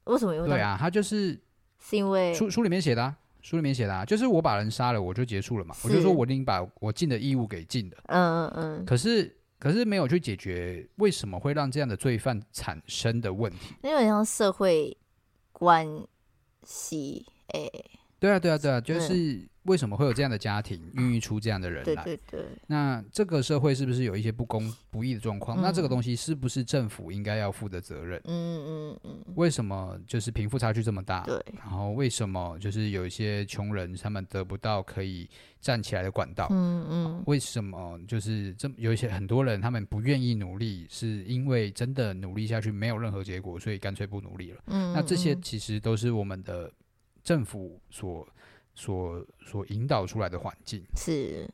S3: 为什么用到？
S2: 对啊，他就是
S3: 是因为嗯
S2: 书书里面写的、啊，书里面写的、啊，就是我把人杀了，我就结束了嘛，我就是说我已经把我尽的义务给尽了。
S3: 嗯嗯嗯，
S2: 可是可是没有去解决为什么会让这样的罪犯产生的问题。
S3: 那有点像社会关系，哎、哎
S2: 对啊对啊对啊，就
S3: 嗯
S2: 是为什么会有这样的家庭孕育出这样的人
S3: 对
S2: 来？
S3: 对对，
S2: 那这个社会是不是有一些不公不义的状况？那这个
S3: 嗯
S2: 东西是不是政府应该要负的责任？
S3: 嗯嗯嗯，
S2: 为什么就是贫富差距这么大？
S3: 对，
S2: 然后为什么就是有一些穷人他们得不到可以站起来的管道？
S3: 嗯嗯
S2: 为什么就是这么有一些很多人他们不愿意努力，是因为真的努力下去没有任何结果，所以干脆不努力了。
S3: 嗯，
S2: 那这些
S3: 嗯
S2: 其实都是我们的政府所所所引导出来的环境。
S3: 是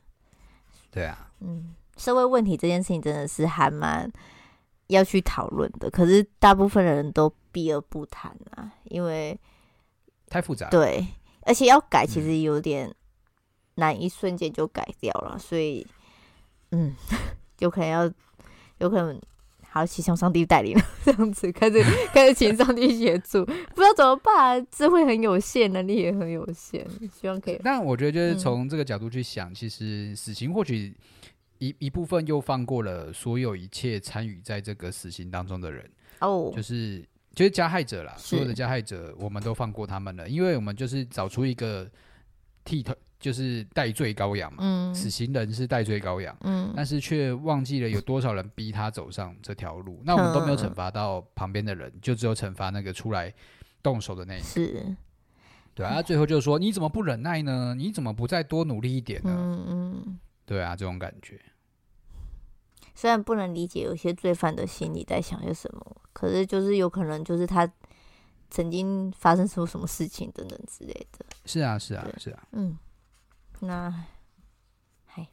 S2: 对啊，
S3: 嗯，社会问题这件事情真的是还蛮要去讨论的，可是大部分的人都避而不谈啊，因为
S2: 太复杂了。
S3: 对，而且要改其
S2: 啊嗯
S3: 实有点难，一瞬间就改掉了，所以嗯， 有可能要，有可能。好，请向上帝带领，这样子开始 开始请上帝协助，不知道怎么办、智慧很有限，能力也很有限，希望可以。
S2: 但我觉得就是
S3: 嗯
S2: 从这个角度去想，其实死刑或许一一部分又放过了所有一切参与在这个死刑当中的人，
S3: 哦，
S2: 就是就是加害者啦，
S3: 是
S2: 所有的加害者我们都放过他们了，因为我们就是找出一个替头，就是代罪羔羊嘛，
S3: 嗯
S2: 死刑人是代罪羔羊。
S3: 嗯，
S2: 但是却忘记了有多少人逼他走上这条路，那我们都没有
S3: 嗯
S2: 惩罚到旁边的人，就只有惩罚那个出来动手的那一个。
S3: 是，
S2: 对啊，他最后就说：“你怎么不忍耐呢？你怎么不再多努力一点呢？”
S3: 嗯嗯。
S2: 对啊，这种感觉。
S3: 虽然不能理解有些罪犯的心里在想些什么，可是就是有可能就是他曾经发生出什么事情等等之类的。
S2: 是啊，是啊，
S3: 对
S2: 是啊，
S3: 嗯，那，嗨，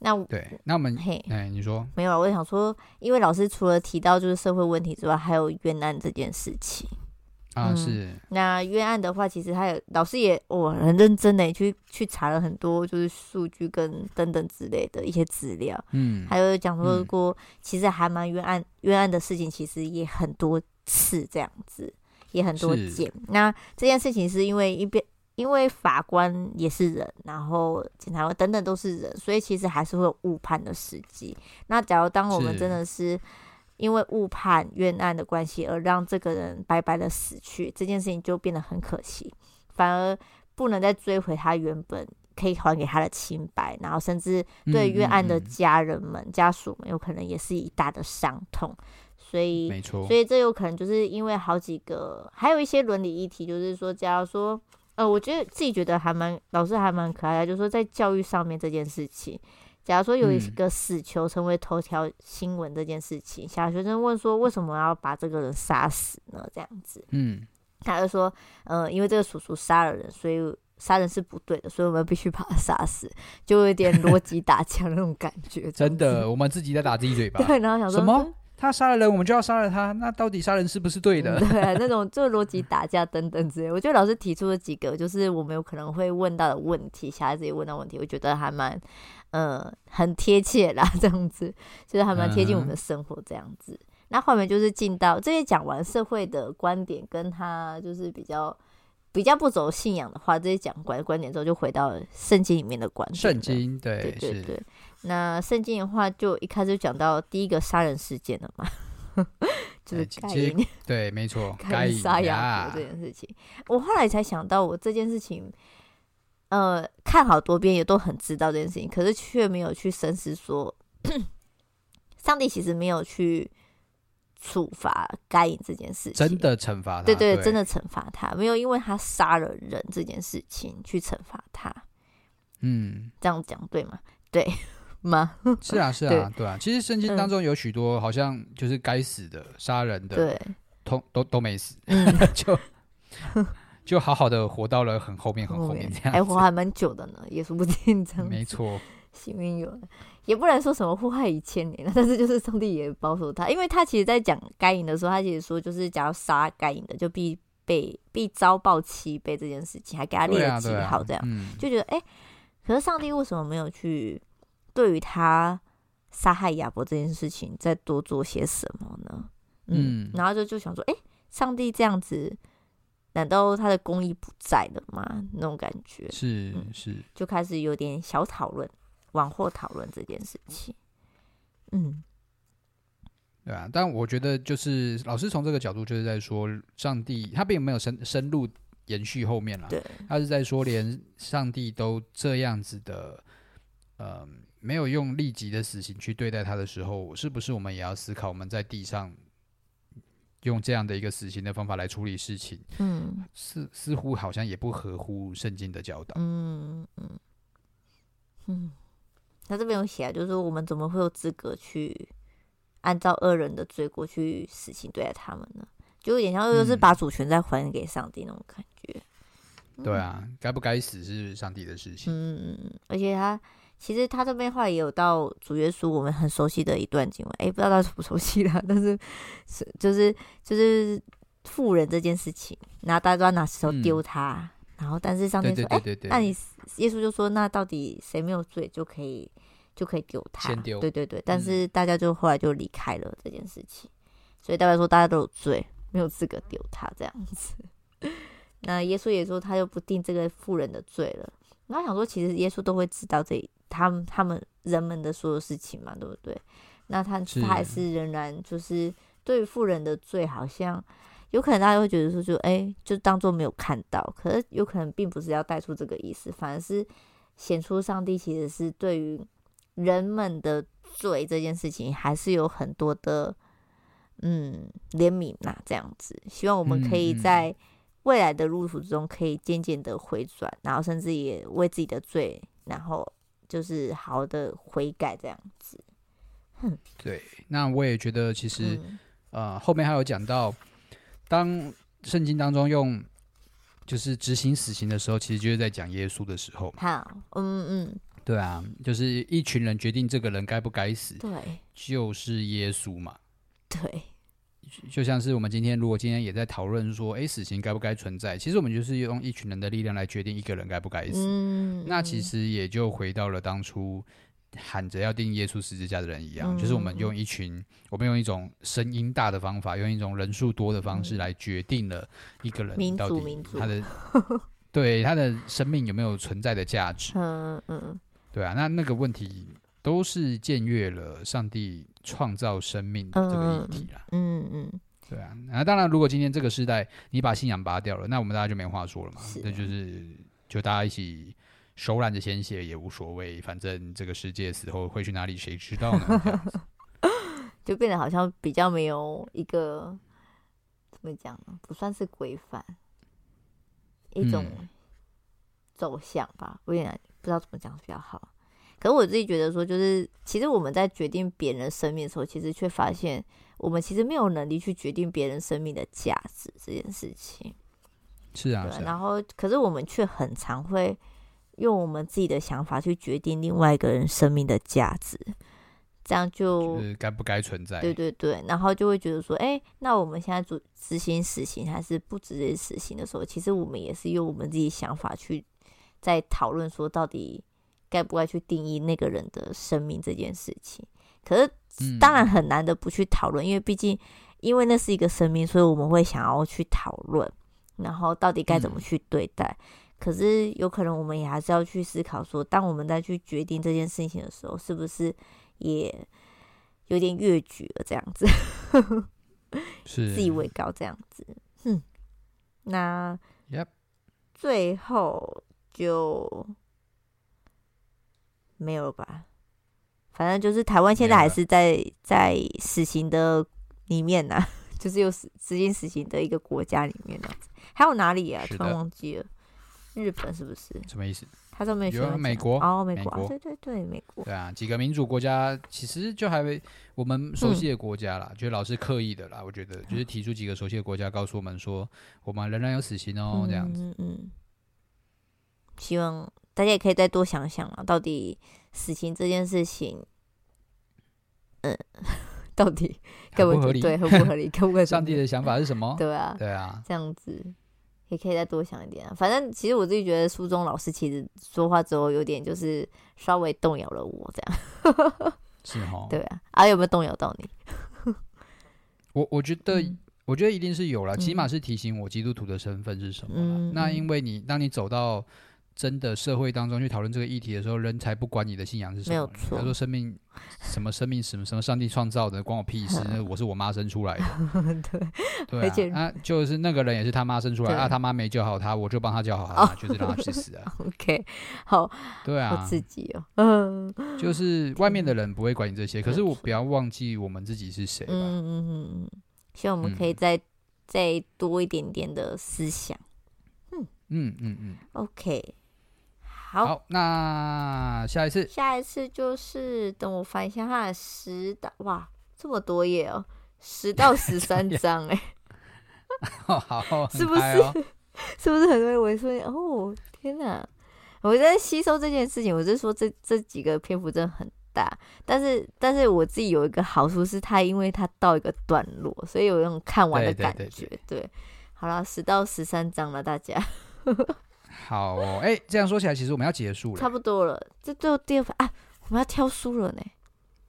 S3: 那我
S2: 对。那我们，
S3: 嘿，
S2: 哎，你说，
S3: 没有啊，我想说，因为老师除了提到就是社会问题之外，还有冤案这件事情。
S2: 啊，
S3: 嗯
S2: 是，
S3: 那冤案的话，其实他有老师也我、很认真的去去查了很多就是数据跟等等之类的一些资料，
S2: 嗯，
S3: 还有讲说
S2: 嗯
S3: 过，其实还蛮冤案冤案的事情，其实也很多次这样子，也很多
S2: 是
S3: 件。那这件事情是因为一边。因为法官也是人，然后检察官等等都是人，所以其实还是会有误判的时机。那假如当我们
S2: 是
S3: 真的是因为误判冤案的关系而让这个人白白的死去，这件事情就变得很可惜，反而不能再追回他原本可以还给他的清白，然后甚至对
S2: 嗯
S3: 冤案的
S2: 嗯嗯
S3: 家人们、家属们，有可能也是一大的伤痛，所以，
S2: 没错
S3: 所，以这有可能就是因为好几个，还有一些伦理议题，就是说，假如说，呃，我觉得自己觉得还蛮，老师还蛮可爱的，就是说在教育上面这件事情，假如说有一
S2: 嗯
S3: 个死囚成为头条新闻这件事情，小学生问说，为什么要把这个人杀死呢？这样子，
S2: 嗯，
S3: 他就说，呃，因为这个叔叔杀了人，所以杀人是不对的，所以我们必须把他杀死，就有点逻辑打架那种感觉。
S2: 真
S3: 这样
S2: 的，我们自己在打自己嘴巴
S3: 子。。对，然后想说
S2: 什么？他杀了人，我们就要杀了他，那到底杀人是不是对
S3: 嗯
S2: 的？
S3: 对，那种就逻辑打架等等之类。我觉得老师提出了几个，就是我们有可能会问到的问题，小孩子也问到问题，我觉得还蛮，呃，很贴切啦， 这样子，就是还蛮贴近我
S2: 嗯
S3: 们的生活这样子。那后面就是进到这些讲完社会的观点，跟他就是比较比较不走信仰的话，这些讲观观点之后，就回到圣经里面的观点。
S2: 圣经，对
S3: 对，对
S2: 是，
S3: 对。那圣经的话，就一开始就讲到第一个杀人事件了嘛， 就是
S2: 哎其
S3: 盖
S2: 其实
S3: 因。
S2: 对，没错，
S3: 该
S2: 该
S3: 杀
S2: 哎呀
S3: 羊驼这件事情，我后来才想到，我这件事情，呃，看好多遍也都很知道这件事情，可是却没有去深思说， 上帝其实没有去处罚该隐这件事情，
S2: 真的惩罚他，
S3: 对
S2: 对，
S3: 真，的惩罚他，没有因为他杀了人这件事情去惩罚他，
S2: 嗯，
S3: 这样讲对吗？对 吗？
S2: 是 啊，是啊，对啊。其实圣经当中有许多好像就是该死的、杀人的，
S3: 嗯对，
S2: 通都都没死，
S3: 嗯，
S2: 就就好好的活到了很后面很后面这
S3: 还
S2: 样
S3: 哎活
S2: 子，
S3: 还蛮久的呢，也说不定这样子
S2: 没 错，
S3: 幸运有人，也不能说什么祸害一千年了，但是就是上帝也保守他，因为他其实在讲该隐的时候，他其实说就是假如杀该隐的，就必被必遭报七倍这件事情，还给他列
S2: 对
S3: 了
S2: 啊，
S3: 记
S2: 对
S3: 号，
S2: 啊
S3: 这样、，
S2: 嗯，
S3: 就觉得哎、诶可是上帝为什么没有去对于他杀害亚伯这件事情再多做些什么呢？嗯，
S2: 嗯
S3: 然后就就想说，哎、上帝这样子，难道他的公义不在了吗？那种感觉，
S2: 是
S3: 嗯
S2: 是，
S3: 就开始有点小讨论，往后讨论这件事情。嗯，
S2: 对啊，但我觉得就是老师从这个角度就是在说，上帝他并没有深深入延续后面了。
S3: 对，
S2: 他是在说，连上帝都这样子的，呃，没有用立即的死刑去对待他的时候，是不是我们也要思考，我们在地上用这样的一个死刑的方法来处理事情，
S3: 嗯
S2: 似似乎好像也不合乎圣经的教导。
S3: 嗯嗯嗯，他这边有写啊，就是说我们怎么会有资格去按照恶人的罪过去死刑对待他们呢？就有点像又是
S2: 嗯
S3: 把主权再还给上帝那种感觉。嗯
S2: 对啊，该不该死是上帝的事情。
S3: 嗯，嗯嗯，而且他其实他这边话也有到主耶稣我们很熟悉的一段经文，哎，不知道他熟不熟悉啦，但是是就是就是富人这件事情，然后大家都要拿石头
S2: 嗯
S3: 丢他，然后但是上
S2: 对
S3: 面
S2: 对
S3: 说，
S2: 对
S3: 哎，
S2: 对对，
S3: 那你耶稣就说，那到底谁没有罪就可以就可以丢他，
S2: 先丢嗯
S3: 对对对，但是大家就后来就离开了这件事情，所以代表说大家都有罪，没有资格丢他这样子。那耶稣也说他就不定这个富人的罪了。那想说，其实耶稣都会知道这他们他们人们的所有事情嘛，对不对？那他
S2: 是
S3: 他还是仍然就是对于富人的罪，好像有可能大家会觉得说就，哎，就当做没有看到。可是有可能并不是要带出这个意思，反而是显出上帝其实是对于人们的罪这件事情，还是有很多的嗯怜悯呐、这样子。希望我们可以
S2: 嗯嗯
S3: 在未来的路途之中，可以渐渐的回转，然后甚至也为自己的罪，然后就是好好的悔改这样子。
S2: 对，那我也觉得其实、
S3: 嗯
S2: 呃，后面还有讲到，当圣经当中用就是执行死刑的时候，其实就是在讲耶稣的时候嘛。
S3: 好，嗯嗯，
S2: 对啊，就是一群人决定这个人该不该死，
S3: 对
S2: 就是耶稣嘛。
S3: 对，
S2: 就像是我们今天，如果今天也在讨论说，诶，死刑该不该存在？其实我们就是用一群人的力量来决定一个人该不该死。
S3: 嗯，
S2: 那其
S3: 嗯
S2: 实也就回到了当初喊着要定耶稣十字架的人一样，
S3: 嗯
S2: 就是我们用一群，我们用一种声音大的方法，用一种人数多的方式
S3: 嗯
S2: 来决定了一个
S3: 民
S2: 人
S3: 族
S2: 到底
S3: 民族
S2: 他 的对他的生命有没有存在的价值，
S3: 嗯嗯
S2: 对啊，那那个问题都是僭越了上帝创造生命的这个议题啦。
S3: 嗯嗯，
S2: 对啊，那当然，如果今天这个时代你把信仰拔掉了，那我们大家就没话说了嘛
S3: 是。啊
S2: 那就是就大家一起手染着鲜血也无所谓，反正这个世界死后会去哪里，谁知道呢？这样 子
S3: 就变得好像比较没有一个怎么讲呢，不算是规范，一种
S2: 嗯
S3: 走向吧，我有点不知道怎么讲比较好。可是我自己觉得说，就是其实我们在决定别人生命的时候，其实却发现我们其实没有能力去决定别人生命的价值这件事情。
S2: 是啊，
S3: 对，
S2: 是啊，
S3: 然后可是我们却很常会用我们自己的想法去决定另外一个人生命的价值，这样就
S2: 就是该不该存在？
S3: 对对对，然后就会觉得说，哎，那我们现在执执行死刑还是不执行死刑的时候，其实我们也是用我们自己想法去在讨论说，到底该不该去定义那个人的生命这件事情。可是
S2: 嗯
S3: 当然很难的不去讨论，因为毕竟因为那是一个生命，所以我们会想要去讨论，然后到底该怎么
S2: 嗯
S3: 去对待。可是有可能我们也还是要去思考说，当我们再去决定这件事情的时候，是不是也有点越矩了？这样子，
S2: 是
S3: 自以为高这样子。嗯，那
S2: Yep
S3: 最后就没有了吧？反正就是台湾现在
S2: 没有
S3: 还
S2: 了
S3: 是在在死刑的里面呐、 就是有死执行死刑的一个国家里面这样子。还有哪里啊？
S2: 是
S3: 突然
S2: 的
S3: 忘记了，日本是不是？
S2: 什么意思？
S3: 它上面
S2: 有啊
S3: 写
S2: 美国
S3: 哦，美
S2: 美
S3: 国啊
S2: 国
S3: 对对对，美国。
S2: 对啊，几个民主国家其实就还没我们熟悉的国家
S3: 嗯
S2: 啦，就是老师刻意的啦，我觉得就是提出几个熟悉的国家，告诉我们说我们仍然有死刑哦，这样子。
S3: 嗯嗯嗯，希望大家也可以再多想想啊，到底死刑这件事情，嗯， 到底该
S2: 合
S3: 会
S2: 不合理？
S3: 对，合不合 理？该不该
S2: 上帝的想法是什么？
S3: 对啊，
S2: 对啊，
S3: 这样子也可以再多想一点啊。反正其实我自己觉得书中老师其实说话之后有点就是稍微动摇了我这样，
S2: 是哦。
S3: 对啊，啊有没有动摇到你？
S2: 我我觉得、
S3: 嗯
S2: 我觉得一定是有了，起
S3: 嗯
S2: 码是提醒我基督徒的身份是什么啦。
S3: 嗯
S2: 那
S3: 嗯
S2: 因为你当你走到真的社会当中去讨论这个议题的时候，人才不管你的信仰是什么。
S3: 没有错
S2: 他说生命什么生命什么什么上帝创造的，关我屁
S3: 嗯
S2: 事，那我是我妈生出来 的。
S3: 对，
S2: 对
S3: 而且
S2: 啊，啊，就是那个人也是他妈生出来，
S3: 对哦
S2: 啊，他妈没教好他，我就帮他教好他，就是让他去死 啊。
S3: OK，好，
S2: 对
S3: 好
S2: 啊，
S3: 刺激哦， 嗯
S2: 就是外面的人不会管你这些，可是
S3: 没
S2: 我不要忘记我们自己是谁
S3: 嗯
S2: 吧。
S3: 嗯嗯嗯，希望我们可以
S2: 嗯
S3: 再、再多一点点的思想。
S2: 嗯嗯嗯，
S3: OK，好，
S2: 好，那下一次
S3: 下一次就是等我翻一下它的十到哇，这么多页哦，十到 十三章哎、
S2: 哦，好，很
S3: 是不
S2: 嗨哦
S3: 是？是不是很多人我说哦，天哪！我在吸收这件事情，我就说这这几个篇幅真的很大，但是但是我自己有一个好处是，它因为它到一个段落，所以有那种看完的
S2: 对对
S3: 感
S2: 对
S3: 觉。对，好了，十到十三章了，大家
S2: 好哦，哎、这样说起来，其实我们要结束
S3: 差
S2: 了。
S3: 不多了。这最后第二版啊，我们要挑书了呢。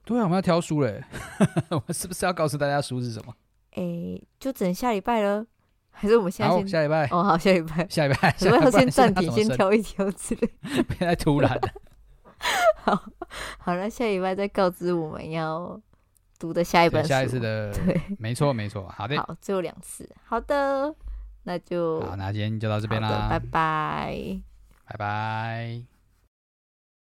S2: 对啊，我们要挑书嘞， 我们是不是要告诉大家书是什么？
S3: 诶，就等下礼拜了， 还是我们现在
S2: 好，
S3: 先
S2: 下礼拜，
S3: 哦，好，下礼拜，
S2: 下礼拜，
S3: 我
S2: 下
S3: 们
S2: 礼拜
S3: 要先暂
S2: 不然现在
S3: 停，先
S2: 怎么
S3: 挑一挑之类。
S2: 生， 别太突然了。
S3: 好，好了，下礼拜再告知我们要读的下一本
S2: 对
S3: 书。
S2: 下一次的，
S3: 对，
S2: 没错没错，好的，
S3: 好，最后两次。好的，那就
S2: 好，那今天就到这边
S3: 好的
S2: 啦，
S3: 拜拜。
S2: 拜拜。